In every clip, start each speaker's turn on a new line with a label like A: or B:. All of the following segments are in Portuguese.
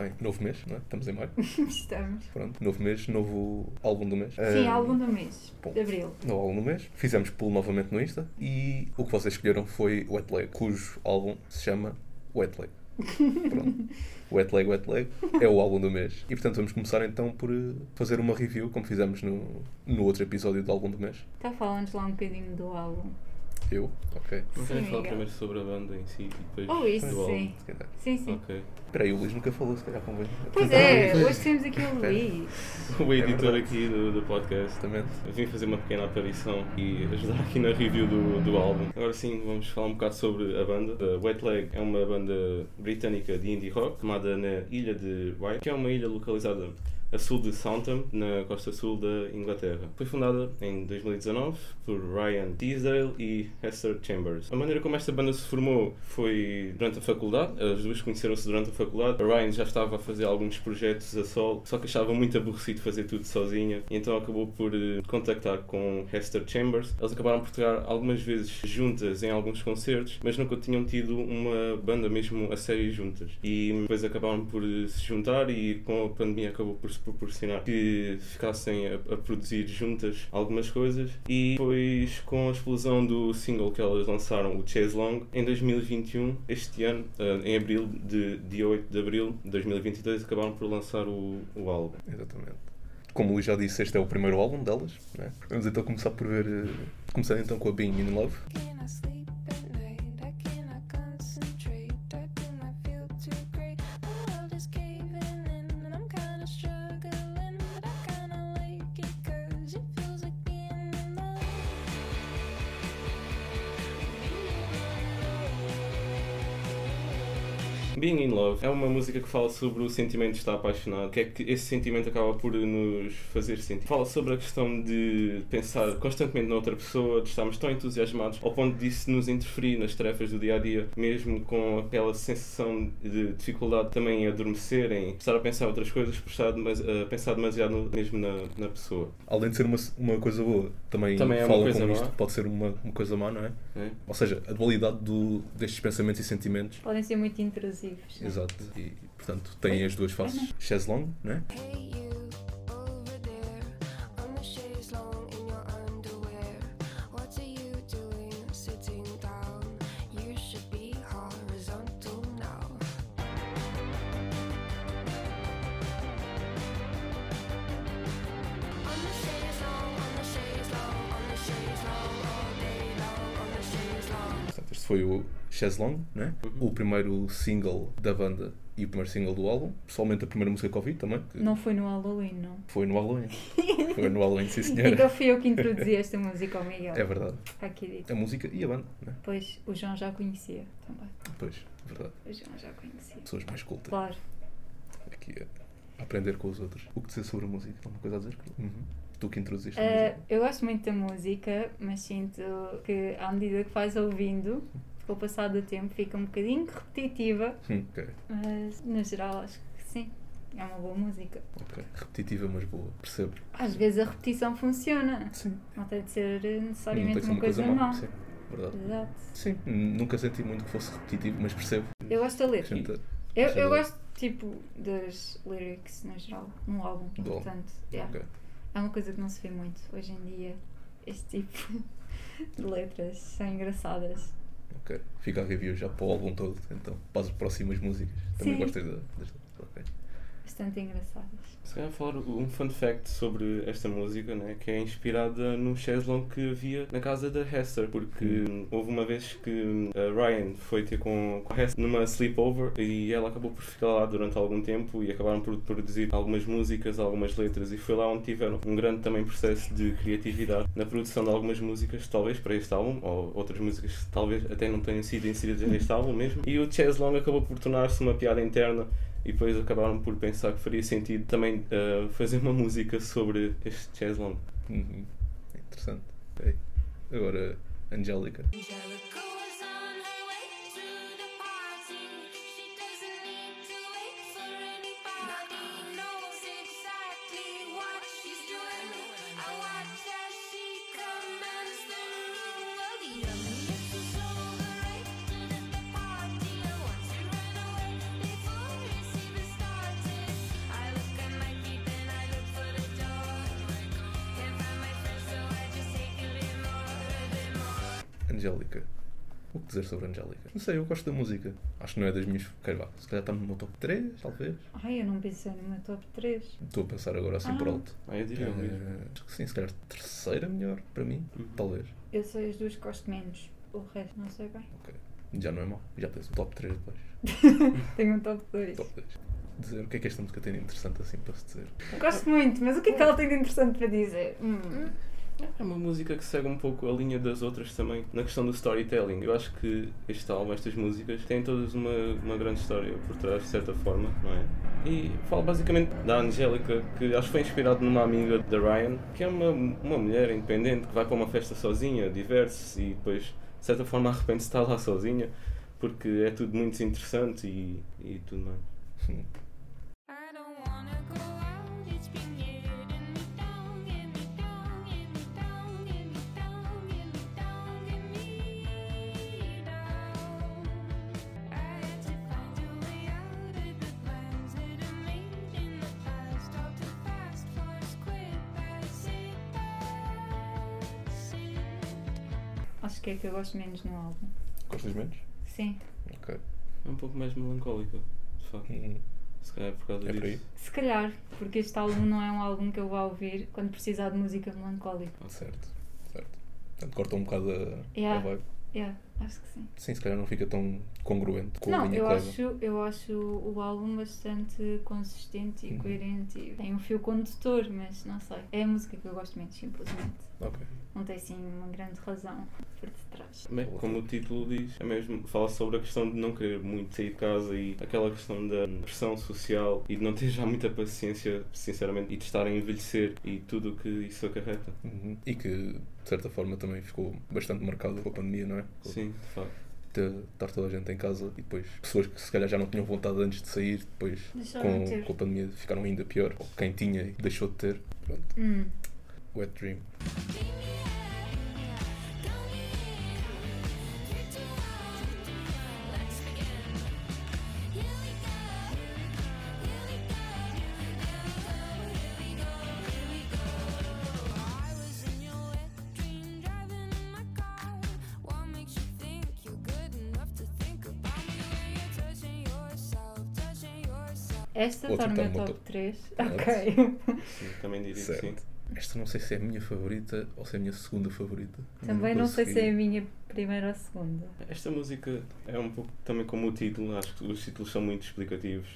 A: Bem, novo mês, não é? Estamos em maio.
B: Estamos.
A: Pronto, novo mês, novo álbum do mês.
B: Sim,
A: Ah,
B: álbum do mês,
A: bom.
B: de abril.
A: No álbum do mês. Fizemos pull novamente no Insta e o que vocês escolheram foi Wet Leg, cujo álbum se chama Wet Leg. Pronto. Wet Leg, Wet Leg é o álbum do mês. E portanto vamos começar então por eh, fazer uma review, como fizemos no, no outro episódio do álbum do mês.
B: Então falando lá um bocadinho do álbum.
A: Eu? Ok.
B: Sim,
C: Não querem falar
B: Miguel.
C: primeiro sobre a banda em si e depois
B: Oh, isso
C: do
B: sim.
A: Se calhar.
B: Sim, sim.
C: álbum? Ok.
A: Espera aí, o Luís nunca falou, se calhar convém.
B: Pois
A: apresentar o
B: é,
A: Luís.
B: hoje temos aqui o Luís.
C: O editor
A: verdade.
C: aqui do, do podcast.
A: Exatamente.
C: Eu vim fazer uma pequena aparição e ajudar aqui na review do, do álbum. Agora sim, vamos falar um bocado sobre a banda. A Wet Leg é uma banda britânica de indie rock formada na ilha de Wight, que é uma ilha localizada a sul de Southampton, na costa sul da Inglaterra. Foi fundada em 2019 por Ryan Teasdale e Hester Chambers. A maneira como esta banda se formou foi durante a faculdade, as duas conheceram-se durante a faculdade. A Ryan já estava a fazer alguns projetos a solo, só que achava muito aborrecido fazer tudo sozinha, e então acabou por eh, contactar com Hester Chambers. Elas acabaram por tocar algumas vezes juntas em alguns concertos, mas nunca tinham tido uma banda mesmo a série juntas. E depois acabaram por eh, se juntar e com a pandemia acabou por se proporcionar que ficassem a, a produzir juntas algumas coisas. E depois com a explosão do single que elas lançaram, o Chase Long, em 2021, este ano, eh, em abril, de, dia 8 de abril de 2022, acabaram por lançar o, o álbum.
A: Exatamente. Como o Luís já disse, este é o primeiro álbum delas. Né? Vamos então começar por ver. eh, Começar então com a Being in Love.
D: Can I sleep at night? I cannot concentrate. I do not feel too great. The world is caving in, and I'm kinda struggling. But I kinda like it, cause it feels like being in love.
C: Being in Love é uma música que fala sobre o sentimento de estar apaixonado, que é que esse sentimento acaba por nos fazer sentir. Fala sobre a questão de pensar constantemente na outra pessoa, de estarmos tão entusiasmados ao ponto disso nos interferir nas tarefas do dia a dia, mesmo com aquela sensação de dificuldade também em adormecer, em estar a pensar outras coisas, por estar demais- a pensar demasiado no- mesmo na, na pessoa.
A: Além de ser uma, uma coisa boa, também,
C: Também é uma
A: fala
C: coisa
A: como isto
C: má.
A: pode ser uma, uma coisa má, não é?
C: né?
A: Ou seja, a dualidade do, destes pensamentos e sentimentos.
B: Podem ser muito intrusivos. né?
A: Exato. E, portanto, tem as duas faces. Chaise longue, não é?
D: Hey, you over there on the chaise long in your underwear. What are you doing sitting down? You should be horizontal now. On the chaise long, on the chaise long, on the chaise long, all day long, on the chaise long.
A: Portanto, este foi o Chaise longue, não é? O primeiro single da banda e o primeiro single do álbum. Pessoalmente, a primeira música que ouvi também. que
B: Não foi no Halloween, não.
A: Foi no Halloween. foi no Halloween, sim
B: Então
A: senhora.
B: fui eu que introduzi esta música ao Miguel.
A: É verdade.
B: Está aqui dito.
A: A música e a banda, não é?
B: Pois o João já conhecia também.
A: Pois, é verdade.
B: O João já conhecia.
A: Pessoas mais cultas.
B: Claro.
A: aqui a aprender com os outros. O que dizer sobre a música? Alguma coisa a dizer? Uhum. Tu que introduziste a
B: Ah,
A: música.
B: eu gosto muito da música, mas sinto que à medida que vais ouvindo, com o passar do tempo, fica um bocadinho repetitiva,
A: Hum, ok,
B: mas no geral acho que sim, é uma boa música.
A: ok. Repetitiva, mas boa. Percebo.
B: Às vezes a repetição funciona,
A: Sim.
B: não tem de ser eh,
A: Não tem
B: necessariamente
A: que ser
B: uma coisa, má. Eh.
A: Sim, verdade.
B: Exato.
A: Sim, n- nunca senti muito que fosse repetitivo, mas percebo.
B: Eu gosto da letra.
A: Acrescenta-
B: Eu,
A: Sim. é
B: eu gosto tipo das lyrics no geral, num álbum,
A: Do álbum.
B: portanto, yeah.
A: Ok.
B: é uma coisa que não se vê muito hoje em dia. Este tipo de letras são engraçadas.
A: Ok. Fica a review já para o álbum todo, então. Para as próximas músicas. Também
B: Sim.
A: gostas da- das. Ok.
B: Bastante engraçadas.
C: Se calhar falar um fun fact sobre esta música, né, que é inspirada num chaise longue que havia na casa da Hester, porque hum, houve uma vez que hum, a Ryan foi ter com, com a Hester numa sleepover e ela acabou por ficar lá durante algum tempo e acabaram por produzir algumas músicas, algumas letras e foi lá onde tiveram um grande também processo de criatividade na produção de algumas músicas, talvez para este álbum, ou outras músicas que talvez até não tenham sido inseridas neste álbum mesmo. E o chaise longue acabou por tornar-se uma piada interna e depois acabaram por pensar que faria sentido também eh, fazer uma música sobre este jazz long.
A: Uhum. É Interessante. Ok. Agora, Angélica.
D: Jericho is on her way to the party. She doesn't need to wait for anybody. Knows exactly what she's doing. I watch as she commands the room. Well, the youngest is overrated at the party. I watch him run away before he's even started.
A: Angélica. O que dizer sobre a Angélica? Não sei, eu gosto da música. Acho que não é das minhas. Quer vá, se calhar está no meu top 3, talvez.
B: Ai, eu não pensei no meu top 3.
A: Estou a pensar agora assim
B: Ah.
A: por alto.
C: Ah, eu diria o mesmo.
A: Eh, acho que sim, se calhar terceira melhor para mim,
C: Uhum.
A: talvez.
B: Eu sei as duas que gosto menos. O resto não sei bem.
A: Já não é mau, já tens o top 3 depois.
B: Tenho um top 2.
A: Top 2. Dizer o que é que esta música tem de interessante assim para se dizer.
B: Gosto muito, mas o que é que ela tem de interessante para dizer? Hum.
C: É uma música que segue um pouco a linha das outras também, na questão do storytelling. Eu acho que este álbum, estas músicas, têm todas uma, uma grande história por trás, de certa forma, não é? E fala basicamente da Angélica, que acho que foi inspirado numa amiga da Ryan, que é uma, uma mulher independente que vai para uma festa sozinha, diverte-se e depois, de certa forma, arrepende-se de estar lá sozinha, porque é tudo muito interessante e, e tudo mais.
A: Hum,
D: I don't wanna go out, it's been getting me down, getting me down, getting me down, getting me down, getting me down, getting me down. I had to find a way out of the plans that I made in the past, all too fast for us quick passing, passing.
B: Acho que é que eu gosto menos no álbum.
A: Gostas menos?
B: Sim.
A: Ok.
C: É um pouco mais melancólica, de facto.
A: Hum,
C: Se calhar é por causa
A: É por aí?
C: disso.
B: Se calhar, porque este álbum não é um álbum que eu vá ouvir quando precisar de música melancólica.
A: certo, certo. Portanto, corta um bocado a, a
B: Yeah.
A: vibe.
B: Yeah, acho que sim.
A: Sim, se calhar não fica tão congruente com a
B: não,
A: linha
B: eu
A: que leva.
B: acho, eu acho o álbum bastante consistente e
A: Uhum.
B: coerente e tem um fio condutor, mas não sei. É a música que eu gosto menos, simplesmente.
A: Ok.
B: Não tem assim uma grande razão por detrás.
C: Bem, como o título diz, é mesmo, fala sobre a questão de não querer muito sair de casa e aquela questão da pressão social e de não ter já muita paciência, sinceramente, e de estar a envelhecer e tudo o que isso acarreta.
A: Uhum. E que, de certa forma, também ficou bastante marcado com a pandemia, não é? Com
C: Sim, de facto.
A: de estar toda a gente em casa e depois pessoas que se calhar já não tinham vontade antes de sair, depois
B: Deixaram
A: com,
B: de ter.
A: com a pandemia ficaram ainda pior. Ou quem tinha e deixou de ter. Pronto.
B: Hum.
A: Wet Dream. Outro
B: Esta está no
A: tá
B: meu
A: no meu
B: top
A: top.
B: 3.
A: Certo.
B: Ok.
C: Sim, também diria que sim.
A: Certo. Esta não sei se é a minha favorita ou se é a minha segunda favorita.
B: Também não sei se é a
A: consegui.
B: minha primeira ou segunda.
C: Esta música é um pouco também como o título, acho que os títulos são muito explicativos.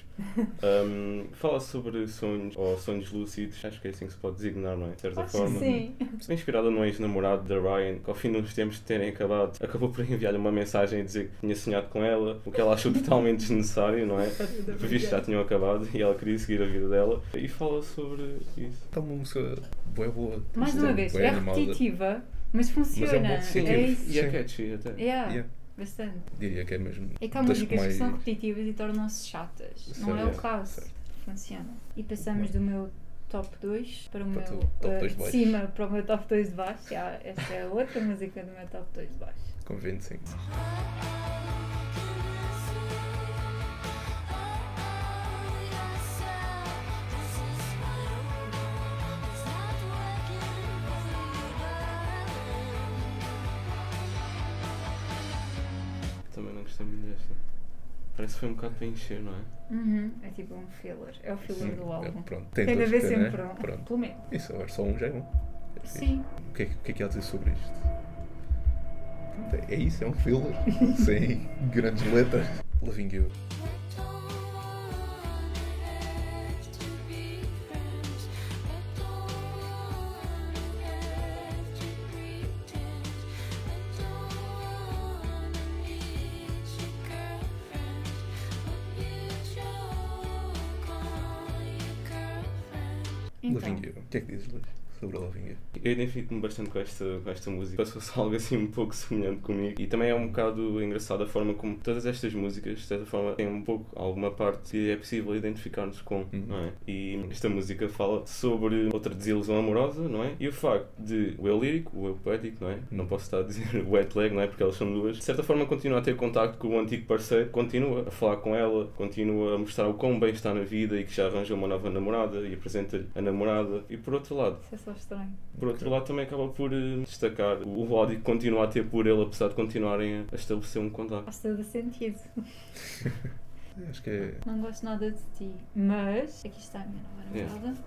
C: Ahm, fala sobre sonhos ou sonhos lúcidos, acho que é assim que se pode designar, não é? De certa
B: Acho que
C: forma.
B: sim.
C: Foi inspirada no um ex-namorado da Ryan, que ao fim de uns tempos de terem acabado, acabou por enviar-lhe uma mensagem a dizer que tinha sonhado com ela, o que ela achou totalmente desnecessário, não é? Por visto já tinham acabado e ela queria seguir a vida dela. E fala sobre isso.
A: Está uma música boa, boa.
B: Mais uma vez,
A: Bué
B: é
A: animada.
B: repetitiva, mas funciona.
A: um sentido.
B: é isso.
C: E é catchy até.
B: Yeah,
A: Yeah.
B: Bastante.
A: Diria que é mesmo.
B: É que há
A: das
B: músicas que são
A: mais-
B: repetitivas e tornam-se chatas.
A: Certo,
B: Não é o
C: yeah,
B: caso.
A: certo.
B: Funciona. E passamos do meu top 2 para
A: Para
B: o
A: o
B: meu
A: teu top
B: eh,
A: dois de
B: de
A: baixo.
B: cima para o meu top 2 de baixo. Yeah, esta é outra música do meu top 2 de baixo.
A: Convincing.
C: Também não gostei muito desta. Parece que foi um bocado para encher, não é?
B: Uhum, É tipo um filler. É o filler do álbum.
A: É, pronto.
B: Tem de
A: todos
B: haver
A: que ter,
B: sempre
A: né?
B: um.
A: Pronto.
B: Pelo menos.
A: Isso, agora só um já é bom. É fixe.
B: Sim.
A: O que é que, o que é que há a dizer sobre isto? Pronto, é- É isso, é um filler. Sem grandes letras. Loving You.
B: Então,
A: Loving You. O que é que dizes, Luís? Sobre a Loving You.
C: Eu identifico-me bastante com esta, com esta música. Passou-se algo assim um pouco semelhante comigo. E também é um bocado engraçado a forma como todas estas músicas, de certa forma, têm um pouco alguma parte que é possível identificar-nos com, não é? E esta música fala sobre outra desilusão amorosa, não é? E o facto de o eu lírico, o eu poético, não é? Não posso estar a dizer o wet leg, não é? Porque elas são duas. De certa forma, continua a ter contacto com o antigo parceiro, continua a falar com ela, continua a mostrar o quão bem está na vida e que já arranjou uma nova namorada e apresenta-lhe a namorada. E por outro lado,
B: Isso é só estranho.
C: Por outro lado, também acaba por eh, destacar o ódio que continua a ter por ele, apesar de continuarem a estabelecer um contacto.
B: Faz todo sentido.
A: Acho que é.
B: Não gosto nada de ti, mas aqui está a minha nova
C: Yeah.
B: namorada.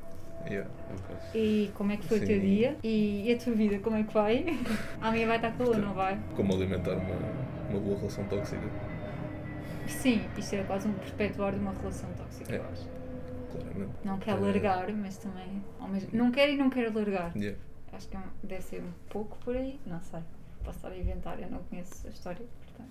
A: yeah.
C: É um bocado.
B: E como é que foi o teu
A: É. Sim.
B: dia? E a tua vida, como é que vai? A minha vai estar calor, não vai?
A: Como alimentar uma, uma boa relação tóxica.
B: Sim, isto é quase um perpetuar de uma relação tóxica,
A: É.
B: eu acho.
A: Claramente.
B: Não quer
A: Eh.
B: largar, mas também. Ao mesmo... Não quer e não quer largar.
A: Yeah.
B: Acho que é um- deve ser um pouco por aí, não sei. Posso estar a inventar, eu não conheço a história, portanto.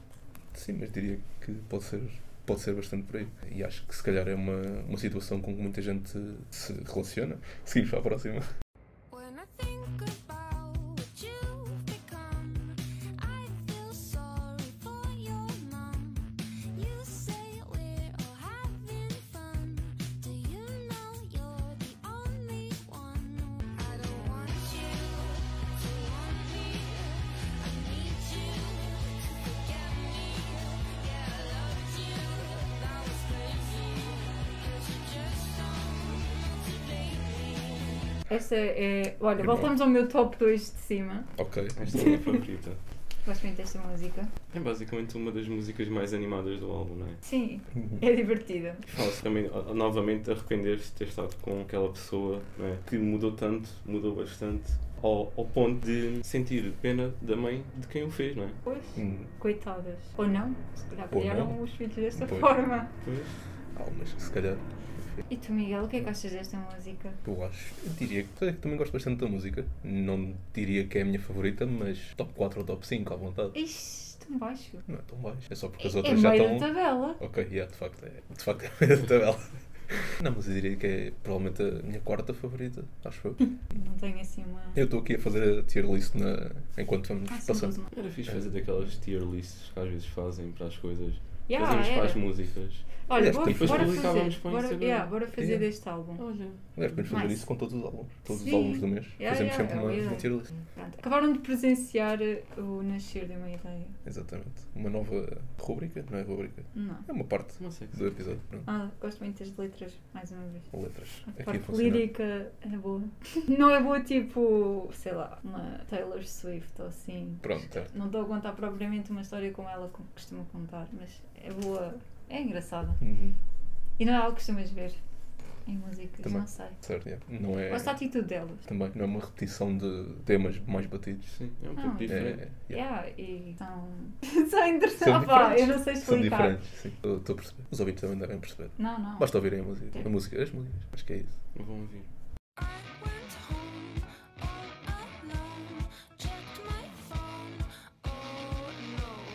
A: Sim, mas diria que pode ser, pode ser bastante por aí. E acho que se calhar é uma, uma situação com que muita gente se relaciona. Seguimos para a próxima.
D: When I think about what you've become, I feel sorry for your mom. You say we're all having fun. Do you know you're the only one? I don't want you to want me. I need you to forget me. Yeah, I loved you. That was crazy. Cause you just don't motivate me.
B: Esta é. Olha,
A: É
B: voltamos ao meu top 2 de cima.
A: Ok.
C: Esta é a minha favorita.
B: Gosto muito desta música.
C: É basicamente uma das músicas mais animadas do álbum, não é?
B: Sim,
A: Uhum.
B: é divertida.
C: Fala-se também ah, novamente de arrepender-se de ter estado com aquela pessoa não é? que mudou tanto, mudou bastante, ao, ao ponto de sentir pena da mãe de quem o fez, não é?
B: Pois,
A: Hum,
B: coitadas. Ou não, se calhar
A: Ou
B: criaram
A: não.
B: os filhos desta
A: Pois.
B: forma.
C: Pois.
A: almas, se calhar.
B: E tu, Miguel, o que é que achas desta música?
A: Eu acho. Eu diria que eu também gosto bastante da música. Não diria que é a minha favorita, mas top 4 ou top 5 à vontade.
B: Ixi, tão baixo.
A: Não é tão baixo. É só porque as
B: É, é
A: outras já
B: meio da
A: estão.
B: tabela.
A: Ok, yeah, de facto é. De facto é a meia da tabela. Não, mas eu diria que é provavelmente a minha quarta favorita, acho eu.
B: Não tenho assim uma.
A: Eu estou aqui a fazer a tier list na... enquanto vamos
B: Ah, sim,
A: passando.
B: uma-
C: Era fixe fazer daquelas tier lists que às vezes fazem para as coisas.
B: Yeah,
C: Fazemos para as
B: era.
C: músicas.
B: Olha,
A: Este
B: bora,
A: depois
B: bora
C: publicávamos
B: fazer.
C: para o
B: Bora,
C: Instagram.
B: yeah, bora fazer
A: Yeah.
B: deste álbum.
C: Olha.
A: Aliás, podemos fazer
B: Nice.
A: isso com todos os álbuns. Todos os
B: Sim.
A: álbuns do mês.
B: Yeah,
A: Fazemos
B: yeah,
A: sempre
B: é
A: uma,
B: uma
A: uma
B: ideia.
A: tier list.
B: Pronto, Acabaram de presenciar eh, o nascer de uma ideia.
A: Exatamente. Uma nova rubrica, não é rubrica?
B: Não.
A: É uma parte
C: Não sei.
A: do episódio. Pronto.
B: Ah, gosto muito das letras, mais uma vez.
A: Letras.
B: A
A: Aqui a
B: parte
A: É funcionar.
B: lírica é boa. Não é boa tipo, sei lá, uma Taylor Swift ou assim.
A: Pronto, é.
B: Não estou a contar propriamente uma história como ela co- costuma contar, mas é boa. É engraçada.
A: Uhum.
B: E não é algo que costumas ver em músicas,
A: Também.
B: não sei.
A: Certo, yeah. não é.
B: Gosto da atitude delas.
A: Também não é uma repetição de temas mais batidos.
C: Sim, é um
B: Ah,
C: pouco
A: É,
C: diferente.
A: yeah.
B: Yeah, e são. são interessantes.
A: São
B: Opa, eu
A: diferentes.
B: não sei
A: São
B: É, explicar.
A: diferentes, sim. Estou a perceber. Os ouvintes também devem perceber.
B: Não, não.
A: Basta ouvirem a música.
B: Sim.
A: A música, as músicas. Acho que é isso.
C: Vão ouvir.
D: I went home all alone, checked my phone. Oh no,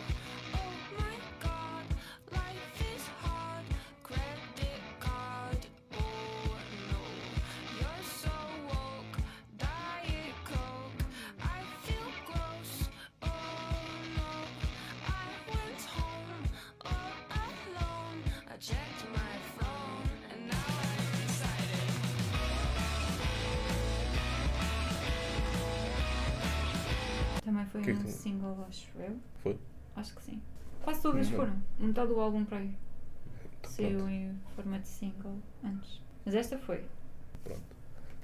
D: oh my god, life is hard. Credit card, oh no, you're so woke. Diet coke, I feel gross. Oh no, I went home all alone. I checked my phone, and now I'm excited.
B: Também foi
A: Que é
B: um
A: que tu-
B: single, acho eu.
A: Foi?
B: Acho que sim. Quase todas
A: Uhum.
B: foram. Metade do álbum para aí.
A: Então,
B: Saiu
A: pronto. Então.
B: em formato de single antes. Mas esta foi.
A: pronto.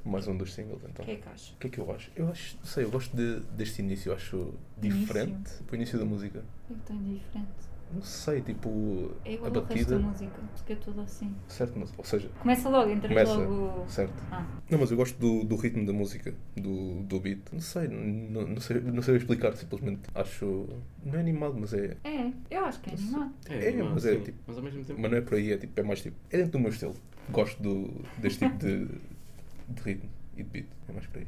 A: Mais um dos singles então.
B: O que é que acho?
A: O que é que eu acho? Eu acho, não sei, eu gosto de- deste início, eu acho
B: Início?
A: diferente para o início da música.
B: O que é que tem de diferente?
A: Não sei, tipo,
B: É
A: a
B: igual ao resto da
A: batida.
B: música. Porque é tudo assim.
A: Certo, mas, ou seja,
B: Começa logo, entra
A: Começa.
B: logo.
A: certo.
B: Ah,
A: Não, mas eu gosto do, do ritmo da música, do, do beat. Não sei, não, não sei, não sei explicar, simplesmente acho. Não é animado, mas é.
B: é. Eu acho que é animado.
A: É,
C: animado,
A: mas é
C: sim.
A: tipo-
C: Mas ao mesmo tempo.
A: Mas não é por aí, é, tipo, é mais tipo. É dentro do meu estilo. Gosto do, deste tipo de, de ritmo e de beat. É mais por aí.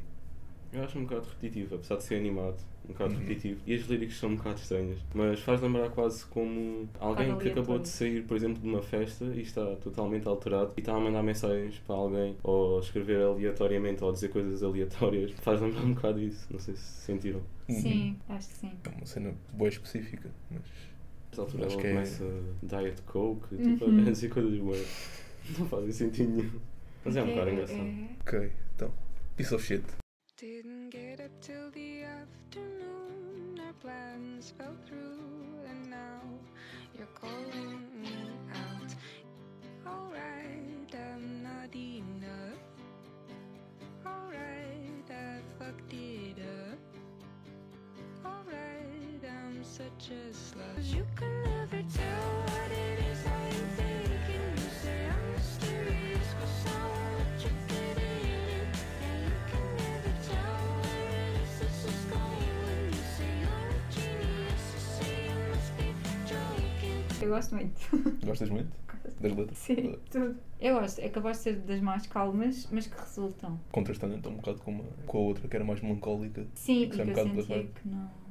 C: Eu acho um bocado repetitivo, apesar de ser animado, um bocado
A: Uhum.
C: repetitivo. E as líricas são um bocado estranhas, mas faz lembrar quase como alguém que acabou
B: aleatório.
C: de sair, por exemplo, de uma festa e está totalmente alterado e está a mandar mensagens para alguém ou a escrever aleatoriamente ou a dizer coisas aleatórias. Faz lembrar um bocado isso, não sei se sentiram.
A: Uhum.
B: Sim, acho que sim.
A: É uma cena boa específica, mas.
C: Nesta altura
A: Acho
C: ela
A: que é-
C: começa Diet Coke, tipo,
B: Uhum.
C: a dizer coisas boas. Não fazem sentido nenhum. Mas é um bocado engraçado.
B: é-
A: Ok, então. Piece of shit.
D: Didn't get up till the afternoon. Our plans fell through, and now you're calling me out. Alright, I'm not enough. Alright, I
E: such as love. 'Cause you can never tell what it is that you think, and you say I'm mysterious, 'cause I'm what you get in. And you can never tell where it is this is going when you say you're a genius. You say you must be joking.
B: é, Eu gosto muito.
A: Gostas muito das letras? Eh,
B: Sim, tudo. Eu gosto, é capaz de ser das mais calmas, mas que resultam.
A: Contrastando então um bocado com, uma, com a outra que era mais melancólica.
B: Sim,
A: E
B: e
A: que
B: que
A: sai um
B: eu
A: bocado da
B: sentia
A: vibe.
B: que não resultava.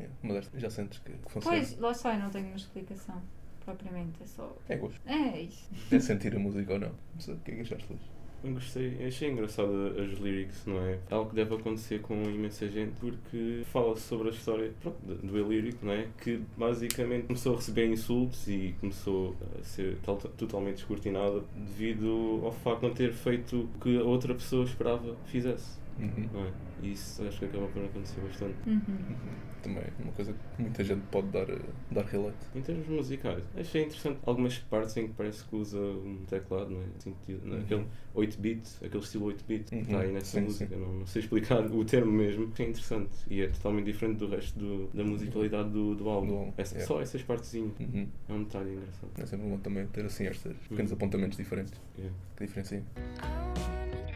A: É, mas esta já sentes que, que funciona.
B: Pois, lá está, eu não tenho uma explicação propriamente, é só.
A: É gosto.
B: É isso.
A: É sentir a música ou não. Não sei, o que é que achaste, Luís?
C: Eu gostei, achei engraçado as lyrics, não é? Algo que deve acontecer com imensa gente, porque fala sobre a história pronto, do- do ilírico, não é? Que basicamente começou a receber insultos e começou a ser tal- totalmente descortinada devido ao facto de não ter feito o que a outra pessoa esperava que fizesse,
A: Uhum.
C: não é? E isso acho que acaba por acontecer bastante.
B: Uhum.
A: Uhum. Também é uma coisa que muita gente pode dar, eh, dar relate.
C: Em termos musicais, achei interessante algumas partes em que parece que usa um teclado, não é? Sentido, não é? Aquele 8-bit, aquele estilo 8-bit que
A: Uhum.
C: está aí nessa
A: Sim,
C: música,
A: sim.
C: não, não sei explicar o termo mesmo. Achei interessante e é totalmente diferente do resto do- da musicalidade do, do álbum.
A: Do álbum,
C: Essa-
A: é.
C: Só essas partezinhas.
A: Uhum.
C: É um detalhe engraçado.
A: É sempre bom também ter assim estes pequenos
C: Uhum.
A: apontamentos diferentes
C: É.
A: que diferenciam.
E: I wanna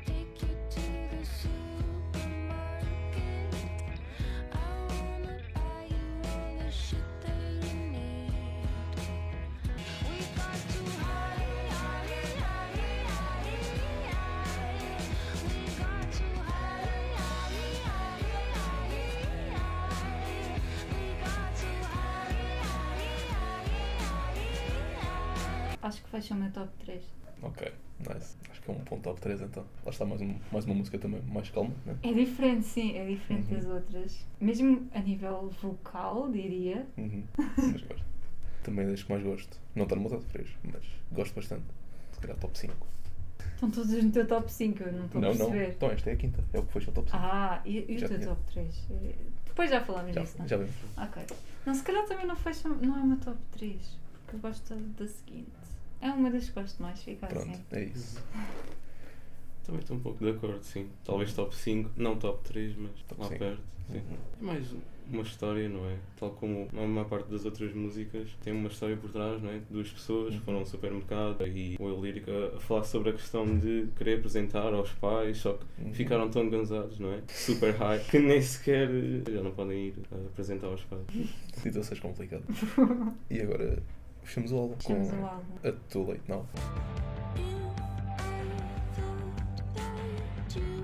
E: take you to the supermarket. I wanna buy you all the shit that you need. We got to hurry, hurry, hurry, hurry, hurry. We got to hurry, hurry, hurry, hurry, hurry. We got to hurry, hurry, hurry, hurry, hurry.
B: Acho que fecha o meu top 3.
A: Ok, nice. Acho que é um ponto top 3 então. Lá está mais, um, mais uma música também mais calma, né?
B: É diferente, sim, é diferente
A: Uhum.
B: das outras. Mesmo a nível vocal, diria.
A: Uhum. Mas gosto. Também das que mais gosto. Não está no meu top 3, mas gosto bastante. Se calhar top 5.
B: Estão todas no teu top 5, eu não estou a
A: não, não.
B: perceber.
A: Então esta é a quinta. É o que foi o top 5.
B: Ah, e, e o
A: Já
B: teu
A: tinha.
B: top 3? Depois já falamos
A: já,
B: disso, não? é?
A: já vimos.
B: Ok. Não, se calhar também não fecha, não é uma top 3, porque eu gosto da seguinte. É uma das que gosto mais, fica
A: Pronto,
B: assim.
A: é isso.
C: Também estou um pouco de acordo, sim. Talvez top 5, não top 3, mas
A: Top
C: lá
A: cinco.
C: perto. Sim.
A: Uhum.
C: É mais uma história, não é? Tal como a maior parte das outras músicas, tem uma história por trás, não é? Duas pessoas
A: Uhum.
C: foram ao supermercado e o Eu Lírico a- a falar sobre a questão de querer apresentar aos pais, só que
A: Uhum.
C: ficaram tão gansados, não é? Super high, que nem sequer eh, já não podem ir eh, apresentar aos pais.
A: Situações complicadas. e agora fechamos o álbum
B: Fechamos
A: com
B: o álbum.
A: a Too Late Now.
E: If I thought that you were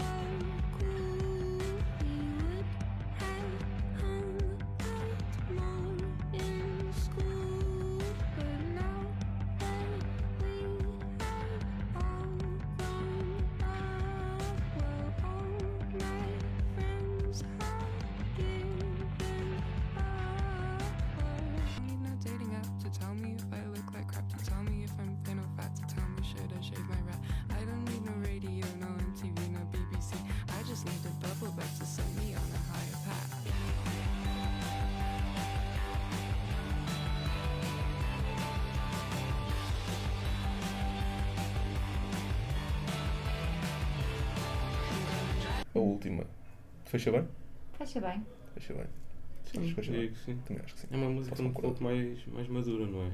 E: cool, we would have hung out more in school. But now that we are all grown up, well, all my friends have given up.
F: I need no dating app to tell me if I look like crap, to tell me if I'm thin or fat, to tell me should I shave my rat. I don't need no radio, no MTV, no BBC. I just need a bubble bath to set me on a higher path.
A: A última. Fecha bem?
B: Fecha bem.
A: Fecha bem.
C: Sim,
A: fecha
C: diria
A: bem.
C: que sim.
A: Também acho que sim.
C: É uma música
A: Posso
C: um
A: concordar.
C: pouco mais, mais madura, não é?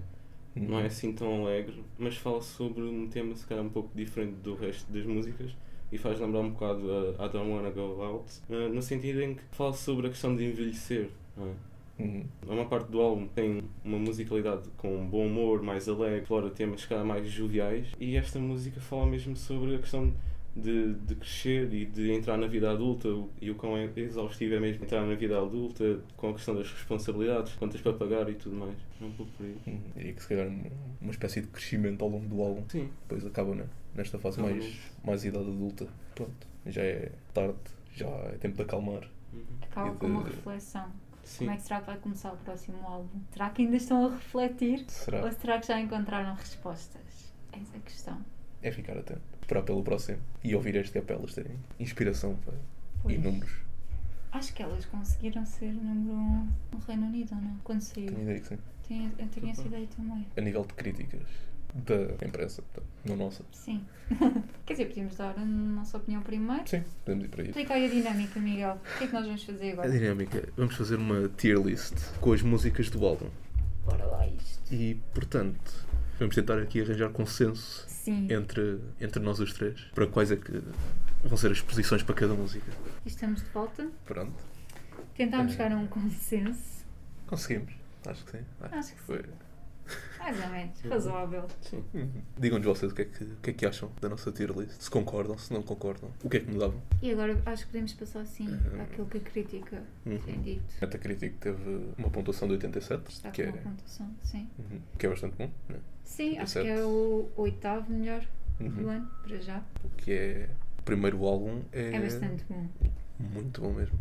C: Não
A: Uhum.
C: é assim tão alegre, mas fala sobre um tema se calhar um pouco diferente do resto das músicas e faz lembrar um bocado a I Don't Wanna Go Out, eh, no sentido em que fala sobre a questão de envelhecer, não é?
A: Uhum.
C: A maior parte do álbum tem uma musicalidade com um bom humor, mais alegre, explora temas se calhar mais joviais e esta música fala mesmo sobre a questão de, de crescer e de entrar na vida adulta e o quão é exaustivo é mesmo entrar na vida adulta com a questão das responsabilidades, contas para pagar e tudo mais. É um pouco por aí.
A: Uhum. Diria que se calhar um- uma espécie de crescimento ao longo do álbum.
C: Sim.
A: Depois acaba né? nesta fase
C: Acaba
A: mais, mais idade adulta. Pronto, já é tarde, já é tempo de acalmar.
C: Uhum.
B: Acaba
A: E
B: com uma
A: de-
B: reflexão.
C: Sim.
B: Como é que será que vai começar o próximo álbum? Será que ainda estão a refletir? Ou
A: Será?
B: será que já encontraram respostas? Essa é a questão.
A: É ficar atento. Esperar pelo próximo e ouvir este que é para elas terem inspiração pá, e
B: Pois.
A: números.
B: Acho que elas conseguiram ser número 1 um no Reino Unido, ou não? Quando
A: Tenho
B: saiu.
A: ideia que sim.
B: Tenho, eu tenho essa ideia também.
A: A nível de críticas, da imprensa, portanto, não nossa.
B: Sim. Quer dizer, podíamos dar a nossa opinião primeiro.
A: Sim, podemos ir para aí.
B: Explica aí a dinâmica, Miguel. O que é que nós vamos fazer
A: A
B: agora?
A: dinâmica, vamos fazer uma tier list com as músicas do álbum.
B: Bora lá isto.
A: E, portanto, vamos tentar aqui arranjar consenso
B: Sim,
A: entre, entre nós os três para quais é que vão ser as posições para cada música.
B: estamos de volta.
A: Pronto,
B: Tentámos
A: É.
B: chegar a um consenso.
A: conseguimos. Acho que sim.
B: Acho que sim.
A: foi.
B: Mais ou menos, razoável.
A: Uhum. Digam-nos vocês o que, é que, o que é que acham da nossa tier list. Se concordam, se não concordam. O que é que mudavam?
B: E agora acho que podemos passar assim
A: Uhum.
B: àquilo que a crítica
A: Uhum.
B: tem dito.
A: Metacritic teve uma pontuação de 87,
B: Está com
A: que é,
B: uma pontuação, sim.
A: uhum, que é bastante bom, né?
B: Sim, acho que
A: 37.
B: é o oitavo melhor do
A: Uhum.
B: ano, para já.
A: O que é. O primeiro álbum é,
B: É bastante bom.
A: muito bom mesmo.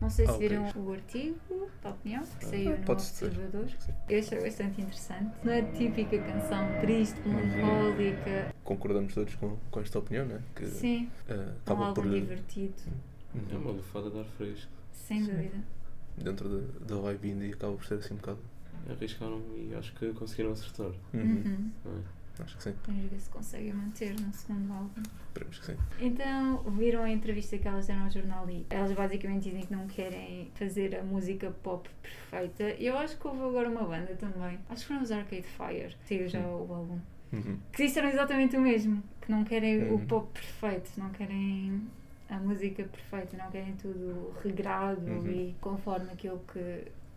B: Não sei se
A: Ah, ok.
B: viram o artigo da opinião que saiu
A: Ah,
B: no
A: pode-se dizer.
B: Observador.
A: Acho que sim.
B: Eu achei bastante interessante. Não é típica canção triste,
A: Uhum.
B: melancólica.
A: Concordamos todos com, com esta opinião, né? Que
B: Sim,
A: ah,
B: é um
A: acaba por.
B: álbum divertido,
C: É uma
A: Uhum.
C: lufada de ar fresco.
B: sem dúvida.
A: Dentro da, da vibe indie acaba por ser assim um bocado.
C: Arriscaram e acho que conseguiram acertar.
A: Uhum.
B: Uhum.
C: não é?
A: Acho que sim.
B: Vamos ver se conseguem manter no segundo álbum.
A: Esperemos que sim.
B: Então, viram a entrevista que elas deram ao jornal e elas basicamente dizem que não querem fazer a música pop perfeita. Eu acho que houve agora uma banda também. Acho que foram os Arcade Fire, que saiu já o álbum.
A: Uhum.
B: Que disseram exatamente o mesmo, que não querem o
A: Uhum.
B: pop perfeito, não querem a música perfeita, não querem tudo regrado
A: Uhum.
B: e conforme aquilo que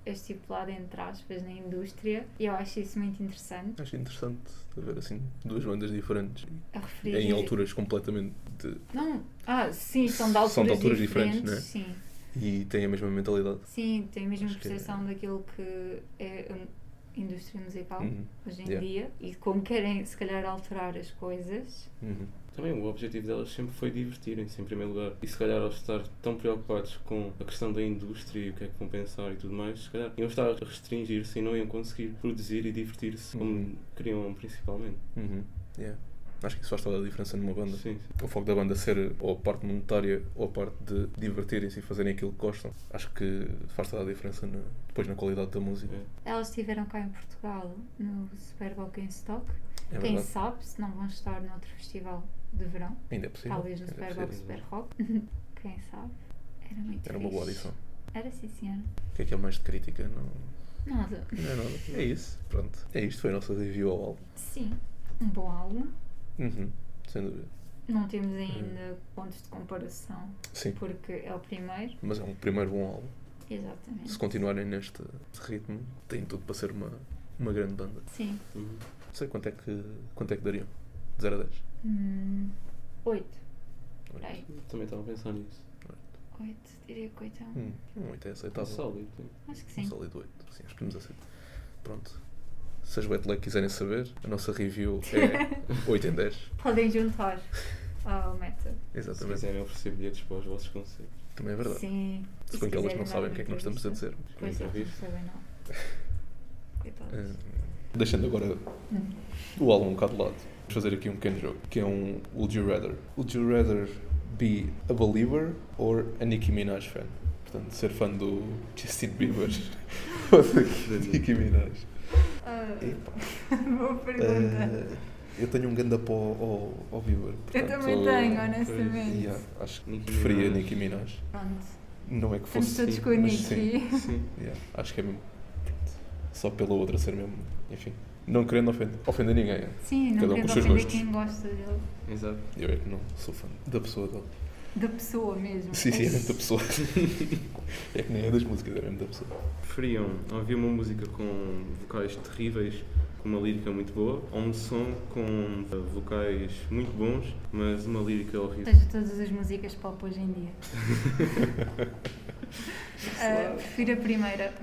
B: é estipulado entre aspas na indústria. E eu acho isso muito interessante.
A: Acho interessante haver assim duas bandas diferentes
B: A referir
A: em alturas completamente de-
B: Não, ah, sim, são de alturas,
A: São de alturas
B: diferentes,
A: diferentes, né?
B: sim.
A: e têm a mesma mentalidade.
B: Sim, tem a mesma
A: Acho que é-
B: percepção daquilo que é a mu- indústria musical
A: Uhum.
B: hoje em
A: Yeah.
B: dia e como querem, se calhar, alterar as coisas.
A: Uhum.
C: Também o objetivo delas sempre foi divertirem-se, em primeiro lugar. E se calhar, ao estar tão preocupados com a questão da indústria e o que é que vão pensar e tudo mais, se calhar iam estar a restringir-se e não iam conseguir produzir e divertir-se como
A: Uhum.
C: queriam principalmente.
A: Uhum. Yeah. Acho que isso faz toda a diferença numa banda.
C: Sim, sim.
A: O foco da banda ser ou a parte monetária ou a parte de divertirem-se e fazerem aquilo que gostam. Acho que faz toda a diferença na- depois na qualidade da música.
C: É.
B: Elas estiveram cá em Portugal no Super Bowl em Stock.
A: É
B: Quem
A: verdade.
B: sabe se não vão estar noutro festival de verão,
A: Ainda é possível.
B: talvez no
A: ainda é
B: Super Bowl
A: possível.
B: Super Rock. Quem sabe? Era muito
A: Era uma boa
B: fixe.
A: adição.
B: Era sim, senhora.
A: O que é que é mais de crítica? Não,
B: Nada.
A: não é nada. É isso. Pronto. É isto. Foi a nossa review ao álbum.
B: Sim, um bom álbum.
A: Uhum. Sem dúvida.
B: Não temos
A: Hum.
B: ainda pontos de comparação
A: Sim.
B: porque é o primeiro.
A: Mas é um primeiro bom álbum.
B: Exatamente.
A: Se continuarem neste ritmo, tem tudo para ser uma, uma grande banda.
B: Sim.
C: Uhum.
A: Não sei quanto é que, quanto é que dariam. De 0 a 10.
B: Hum, oito. Por aí.
C: Também estava a pensar nisso.
B: Oito. Diria que oito é um.
A: Hum, um 8 é
C: Está
A: aceitável.
C: sólido. sim.
B: Acho que
A: Um
B: sim.
A: sólido 8. Sim, acho que nos aceita. Pronto. Se as Betley quiserem saber, a nossa review é 8 em 10.
B: Podem juntar Oh, ao meta.
C: Se
A: Exatamente.
C: quiserem oferecer bilhetes para os vossos concertos.
A: Também é verdade.
B: Sim.
A: Se
B: E
A: bem que elas não
B: quiserem dar
A: sabem
B: uma
A: o que é que nós estamos a
B: entrevista,
A: dizer. Hum.
B: Pois é. elas não
C: Entrevista.
B: sabem, não. Coitadas.
A: Ah, Deixando agora o álbum um bocado de lado, vamos fazer aqui um pequeno jogo, que é um Would You Rather. Would You Rather be a believer or a Nicki Minaj fan? Portanto, ser fã do Justin Bieber ou da Nicki Minaj.
B: Ah,
A: Epá.
B: boa pergunta.
A: Ah, eu tenho um ganda pó ao, ao Bieber.
B: Eu
A: portanto,
B: também tenho,
C: pois,
B: honestamente.
A: yeah, acho que
C: Nicki
A: preferia
C: Minaj.
A: Nicki Minaj.
B: Pronto.
A: Não é que
B: Estamos
A: fosse.
B: todos
C: sim,
B: com o
A: mas
B: Nicky.
C: Sim.
A: Yeah, acho que é mesmo. Só pela outra ser mesmo. Enfim. Não querendo ofender, ofender ninguém.
B: Sim, não
A: Cada um
B: querendo
A: com os seus
B: ofender
A: gostos.
B: quem gosta dele.
C: Exato.
A: Eu é que não sou fã da pessoa dele.
B: Da pessoa mesmo.
A: Sim, sim, é mesmo da pessoa. é que nem é das músicas, é mesmo da pessoa.
C: Preferiam ouvir uma música com vocais terríveis, com uma lírica muito boa, ou um som com eh, vocais muito bons, mas uma lírica
B: Ou
C: horrível?
B: seja, todas as músicas pop hoje em dia. Ah, prefiro a primeira.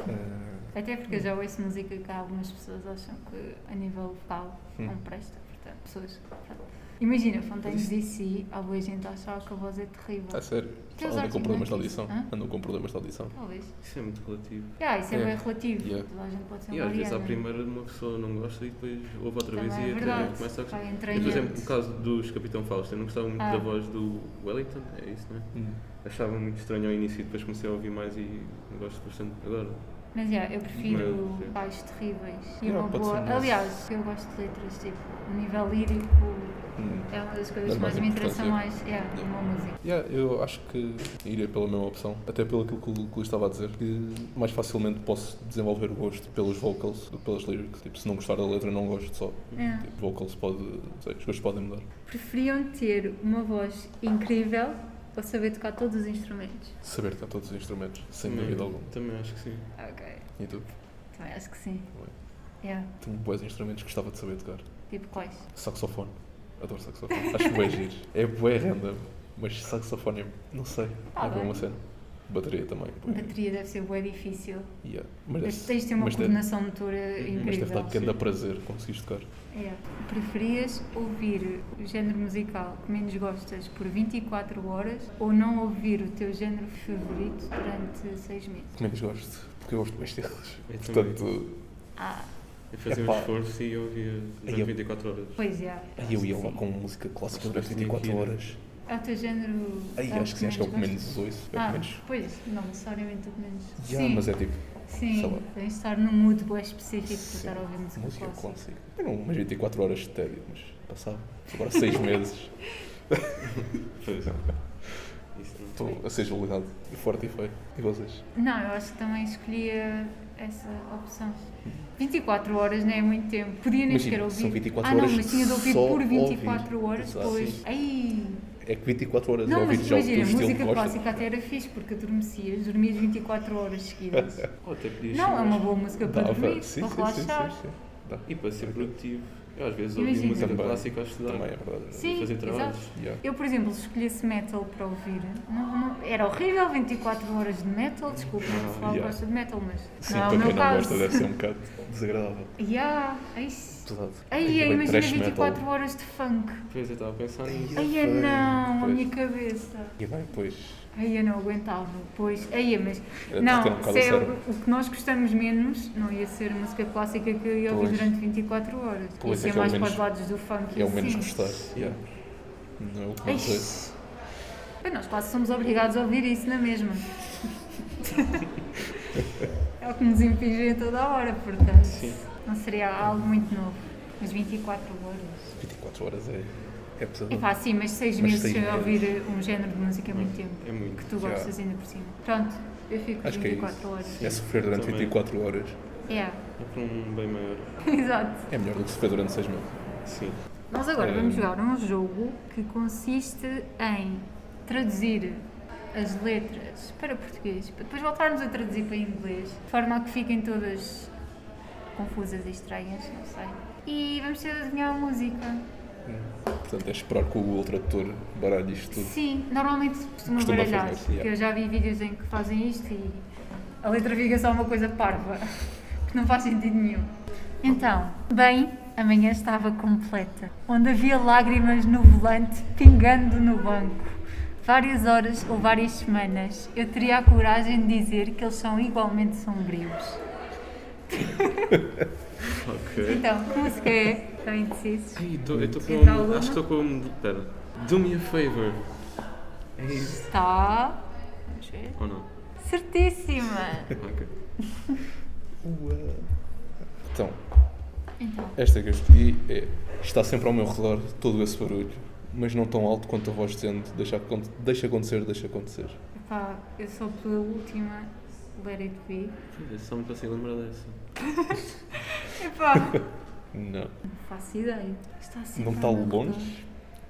A: Ah,
B: Até porque eu já ouço música que algumas pessoas acham que a nível vocal não
A: Hum.
B: presta. Portanto, pessoas. pronto. Imagina, Fontaines DC, há "Oh, boa gente a achar que a voz é
A: a
B: terrível.
A: ah, sério.
B: Tem
A: Andam
B: os
A: com
B: Arctic
A: problemas de
B: Monkeys,
A: audição.
B: hã?
A: Andam com problemas de audição.
B: Talvez.
C: Isso é muito relativo.
B: Ah, isso é,
A: É.
B: bem relativo.
A: Yeah.
B: Toda a gente pode ser
C: E às vezes à
B: Então variada.
C: primeira uma pessoa não gosta e depois ouve outra
B: Também
C: vez
B: é
C: e
B: verdade.
C: até começa a gostar.
B: Vai
C: E, por exemplo, um
B: entranhando.
C: no caso dos Capitão Fausto, eu não gostava muito
B: Ah.
C: da voz do Wellington,
A: Hum.
C: é isso, não é? Achava muito estranho ao início e depois comecei a ouvir mais e gosto bastante agora.
B: Mas yeah, eu prefiro
C: Mas, sim.
B: pais terríveis e
A: Yeah,
B: uma
A: pode
B: boa.
A: ser, mas-
B: Aliás, eu gosto de letras, tipo, o nível lírico
A: Hum.
B: é uma das coisas
A: Dá
B: que mais
A: mais
B: me interessa mais.
A: importância.
B: Yeah,
A: Yeah.
B: uma música.
A: Yeah, eu acho que iria pela mesma opção, até pelo aquilo que o Luís estava a dizer, que mais facilmente posso desenvolver o gosto pelos vocals do que pelas lyrics. Tipo, se não gostar da letra, não gosto só.
B: Yeah.
A: Tipo, vocals pode. não sei, os gostos podem mudar.
B: Preferiam ter uma voz incrível ou saber tocar todos os instrumentos?
A: Saber tocar todos os instrumentos, sem
C: Também-
A: dúvida alguma.
C: Também acho que sim.
B: Ok,
A: E tu?
B: também Tá, acho que sim. Yeah.
A: Tenho bons instrumentos que gostava de saber tocar.
B: Tipo quais?
A: Saxofone. Adoro saxofone. Acho bué giro. É bué random, mas saxofone é. não sei.
B: Ah,
A: é bué
B: bem.
A: uma cena. Bateria também. bué.
B: Bateria deve ser bem difícil.
A: Yeah. Mas,
B: Deve-
A: É. deve-
B: Tens de ter uma
A: mas deve-
B: coordenação motora incrível.
A: mas deve dar pequeno
C: Sim.
A: prazer conseguires tocar.
B: É. Preferias ouvir o género musical que menos gostas por 24 horas ou não ouvir o teu género favorito durante 6 meses?
A: é que menos gosto, porque eu gosto mais deles.
C: Eu também.
A: Portanto,
B: Ah,
C: Eu fazia um
A: Epá.
C: esforço e ouvia
A: Aí
C: durante
A: eu-
C: 24 horas.
B: pois é.
A: aí eu ia lá com música clássica durante 24 horas.
B: É o teu género.
A: Aí
B: é
A: acho que sim, acho que é o que
B: menos
A: menos ouço. É o
B: Ah,
A: que menos.
B: pois, não necessariamente o que menos.
A: Yeah,
B: sim,
A: mas é tipo, sei
B: sim
A: lá.
B: tens de estar num mood bem específico para
A: Sim,
B: estar a ouvir música,
A: música
B: clássica.
A: clássica. Eu não, umas 24 horas de tédio, mas passava. Agora 6 meses, é.
C: Pois. Isso não.
A: estou a ser julgado. Forte e feio. E vocês?
B: Não, eu acho que também escolhia essa opção. 24 horas não é muito tempo. Podia nem
A: Mas,
B: sequer
A: sim,
B: ouvir.
A: são 24
B: ah,
A: horas
B: não, mas tinha de ouvir
A: só
B: por 24
A: ouvir.
B: horas,
A: Exato.
B: pois.
C: Sim.
B: Ai.
A: É que 24 horas
B: Não,
A: ao
B: mas
A: ouvir já o teu
B: imagina, a
A: estilo que
B: música
A: gostas.
B: clássica até era fixe, porque adormecias, dormias 24 horas seguidas.
C: Ou até podias
B: não,
C: ser
B: é uma
C: mais-
B: boa música para
A: Dava.
B: dormir,
A: Sim,
B: para
A: sim, sim,
B: relaxar.
A: sim, sim. Dá.
C: E para ser produtivo. Eu às vezes
B: Imagina.
C: ouvia música
A: Também.
C: clássica a estudar.
A: Também é verdade.
B: Sim,
C: fazer trabalhos.
B: exato.
A: Yeah.
B: Eu, por exemplo, se escolhesse metal para ouvir, não- não- era horrível 24 horas de metal, desculpa, o pessoal
A: yeah.
B: gosta de metal, mas
A: Sim,
B: não é
A: para
B: o meu
A: quem não
B: caso.
A: gosta deve ser um bocado desagradável.
B: Yeah, ai,
A: Pesado.
B: Ai,
A: Também
B: imagina
A: thrash
B: 24
A: metal.
B: horas de funk.
C: Pois eu estava a pensar nisso.
B: Ai,
A: Ai,
B: não, a
A: pois.
B: minha cabeça.
A: E bem, pois.
B: Ai, eu não aguentava. Pois, ai, mas.
A: É,
B: não,
A: tem um bocado
B: se
A: a
B: é
A: sério.
B: o, o que nós gostamos menos, não ia ser a música clássica que eu ia ouvir
A: Pois.
B: durante 24 horas.
A: Pois,
B: ia
A: é que
B: ser
A: é o
B: mais
A: menos-
B: para os lados do funk.
A: É o menos
B: sim.
A: gostar. yeah. Não é o que
B: Ai,
A: não sei.
B: Pois nós quase somos obrigados a ouvir isso na mesma. é o que nos impingem toda a hora, portanto.
C: Sim.
B: Não seria algo muito novo. Mas 24 horas.
A: 24 horas é, é pesado.
B: E pá, sim, mas seis
A: Mas
B: meses
A: seis
B: sem
A: meses. Hum.
B: ouvir um género de música é muito tempo.
C: É muito.
B: Que tu
A: Já.
B: gostas ainda por cima. Pronto, eu fico com
A: Acho que é
B: 24
A: isso.
B: horas.
A: É sofrer durante
C: Também.
A: 24 horas.
B: É,
C: É para um bem maior.
B: exato.
A: É melhor do que sofrer durante 6 meses.
C: Sim.
B: Nós agora
A: É.
B: vamos jogar um jogo que consiste em traduzir as letras para português, para depois voltarmos a traduzir para inglês, de forma a que fiquem todas confusas e estranhas, não sei. E vamos ter de adivinhar a música.
A: Portanto, é esperar que o Google Tradutor baralhe isto tudo.
B: Sim, normalmente se costuma,
A: Costuma
B: baralhar.
A: fazer, yeah.
B: porque Eu já vi vídeos em que fazem isto e a letra fica só uma coisa parva, que não faz sentido nenhum. Então, bem, amanhã estava completa, onde havia lágrimas no volante, pingando no banco. Várias horas ou várias semanas, eu teria a coragem de dizer que eles são igualmente sombrios.
C: Ok.
B: Então, que música é? Estão indecisos?
C: Ai, tô- eu estou com. um-
B: Quer dar alguma?
C: Acho que estou com. Espera. Do me a favor. É isso.
B: Está. Vamos ver.
C: Ou não?
B: Certíssima!
C: Ok.
A: Então,
B: Então,
A: esta que eu escolhi é Está sempre ao meu redor todo esse barulho, mas não tão alto quanto a voz dizendo deixa, acon- deixa acontecer, deixa acontecer.
B: Epá, eu sou pela última Let It Be.
C: Eu é, só me consigo lembrar dessa.
B: Epá,
A: Não.
B: não faço ideia. Está sempre
A: Não está
B: ao meu
A: longe,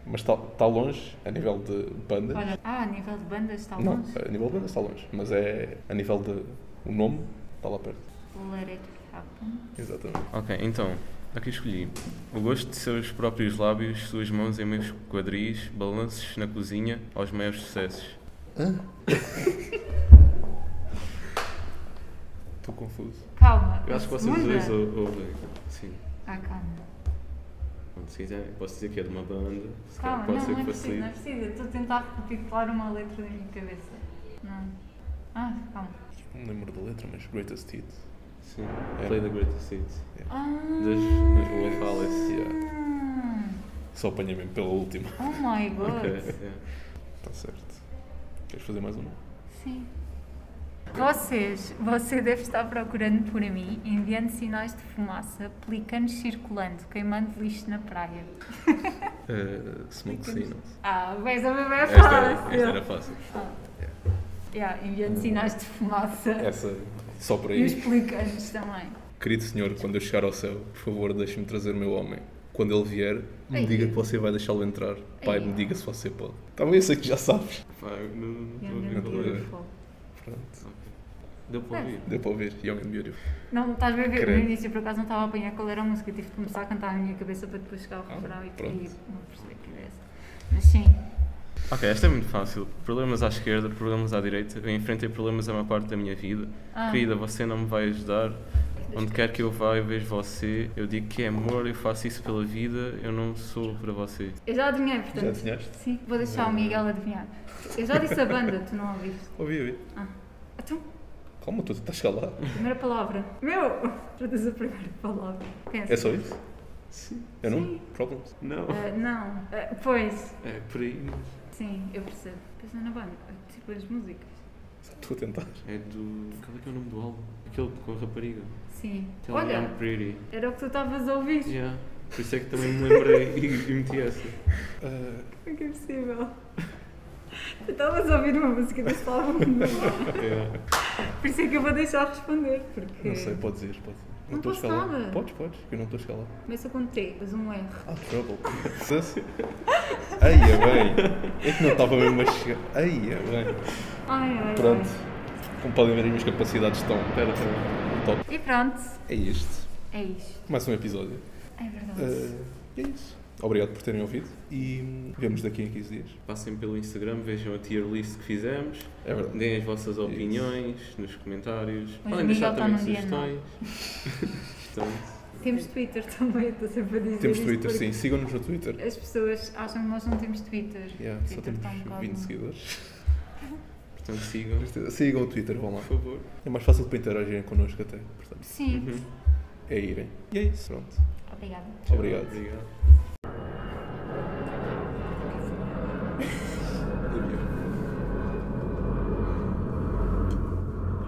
A: mas está, está longe a nível de banda.
B: redor. Olha, ah, a nível de bandas está
A: não,
B: longe.
A: a nível de banda está longe, mas é a nível de. O nome está lá perto.
B: Let It Happen.
A: Exatamente.
C: Ok, então, aqui escolhi. O gosto de seus próprios lábios, suas mãos em meus quadris, balanços na cozinha, aos maiores sucessos.
A: Estou confuso.
B: Calma.
C: Eu acho que
B: a
C: vocês
B: segunda?
C: dois ou- ouvem. Sim.
B: Ah, calma.
C: Bom, Se quiser, posso dizer que é de uma banda. Se
B: Calma,
C: calhar pode
B: não, não
C: ser
B: é
C: que
B: preciso, não é
C: facilite.
B: preciso. Eu Estou a tentar recapitular uma letra da minha cabeça. Não. Ah, calma.
A: Tipo, Não lembro da letra, mas Greatest Hits.
C: Sim.
A: É.
C: Play the Greatest Hits. Das
B: Ah,
C: das Wolf Alice.
A: Yeah. Só apanhei mesmo pela última.
B: oh my god.
C: Ok, É. yeah.
A: Está certo. Queres fazer mais uma?
B: Sim. Vocês, você deve estar procurando por mim, enviando sinais de fumaça, pelicanos circulando, queimando lixo na praia.
C: Eh,
A: Uh, smoke signals.
B: Ah, mas a mesma é
C: Esta era,
B: fácil.
C: esta era fácil.
B: Yeah, enviando sinais de fumaça.
A: Essa, só por
B: E os
A: aí.
B: pelicanos também.
A: Querido senhor, quando eu chegar ao céu, por favor, deixe-me trazer o meu homem. Quando ele vier, me
B: Ai.
A: diga que você vai deixá-lo entrar. Pai,
B: Ai.
A: me diga se você pode. Também eu sei que já sabes.
C: Pá, eu não- não estou a
B: Yeah,
C: ver qual
A: Deus.
C: era.
B: beautiful.
A: Pronto,
C: Deu
B: É.
C: para ouvir.
A: deu para ouvir. Young and Beautiful.
B: Não, estás bem a ver? No
A: Credo.
B: início, por acaso, não estava a apanhar qual era a música. Tive de começar a cantar na minha cabeça para depois chegar ao
A: Ah,
B: refrão e,
A: pronto.
B: e não perceber que era essa. Mas sim,
C: Ok, esta é muito fácil. Problemas à esquerda, problemas à direita. Eu enfrentei problemas a maior parte da minha vida.
B: Ah.
C: Querida, você não me vai ajudar. Onde quer que eu vá, eu vejo você. Eu digo que é amor, eu faço isso pela vida. Eu não sou para você.
B: eu já adivinhei,
A: Já
B: portanto.
A: adivinhaste?
B: sim, vou deixar o Miguel adivinhar. Eu já disse a banda, tu não ouviste.
A: Ouvi, ouvi.
B: Então,
A: Calma, tu estás calado.
B: primeira palavra. Meu! Tratas a primeira palavra. Pensa.
A: É só isso?
C: Sim.
A: Eu é não? Problems?
C: Não.
B: Ah, não, Ah, pois,
C: É por aí.
B: sim, eu percebo. Pensa na banda, tipo as músicas.
A: Estou a tentar.
C: É do. Qual é que é o nome do álbum? Aquele com a rapariga.
B: Sim.
C: Tell me I'm
B: Olha,
C: pretty.
B: era o que tu estavas a ouvir.
C: Yeah. Por isso é que também me lembrei e, e meti essa.
A: Ah,
B: Como é que é possível? Tu estavas a ouvir uma música deste álbum de novo.
C: Yeah.
B: Por isso é que eu vou deixar responder, porque...
A: não sei, pode dizer, pode dizer.
B: É. Não
A: estou a
B: posso
A: escalar.
B: nada.
A: Podes, podes, eu não estou a escalar.
B: Começa com T, mas um R.
A: Ah, trouble. Ai, é bem. É que não estava mesmo a chegar. Ai, é bem.
B: Ai, ai, ai.
A: Pronto. Como podem ver, as minhas capacidades estão
C: Espera, espera.
A: top.
B: E pronto,
A: É este.
B: é isto.
A: Mais um episódio.
B: É verdade.
A: Ah, e é isso. Obrigado por terem ouvido e hum, vemos daqui em 15 dias.
C: Passem pelo Instagram, vejam a tier list que fizemos.
A: É verdade.
C: Deem as vossas opiniões nos comentários.
B: o Miguel
C: Podem deixar
B: tá
C: também
B: num dia
C: sugestões. Portanto,
B: Temos Twitter também, estou sempre a dizer
A: Temos
B: isto
A: Twitter,
B: porque
A: sim. Sigam-nos no Twitter.
B: As pessoas acham que nós não temos Twitter.
A: Yeah, só
B: Twitter
A: temos
B: tá um bocado-
A: 20 seguidores.
C: portanto, sigam,
A: Sigam o Twitter, vão lá.
C: por favor.
A: É mais fácil para interagirem connosco até. Portanto,
B: Sim.
C: Uhum.
A: é irem. E é isso. Pronto.
B: Obrigada.
A: Obrigado.
C: Obrigado.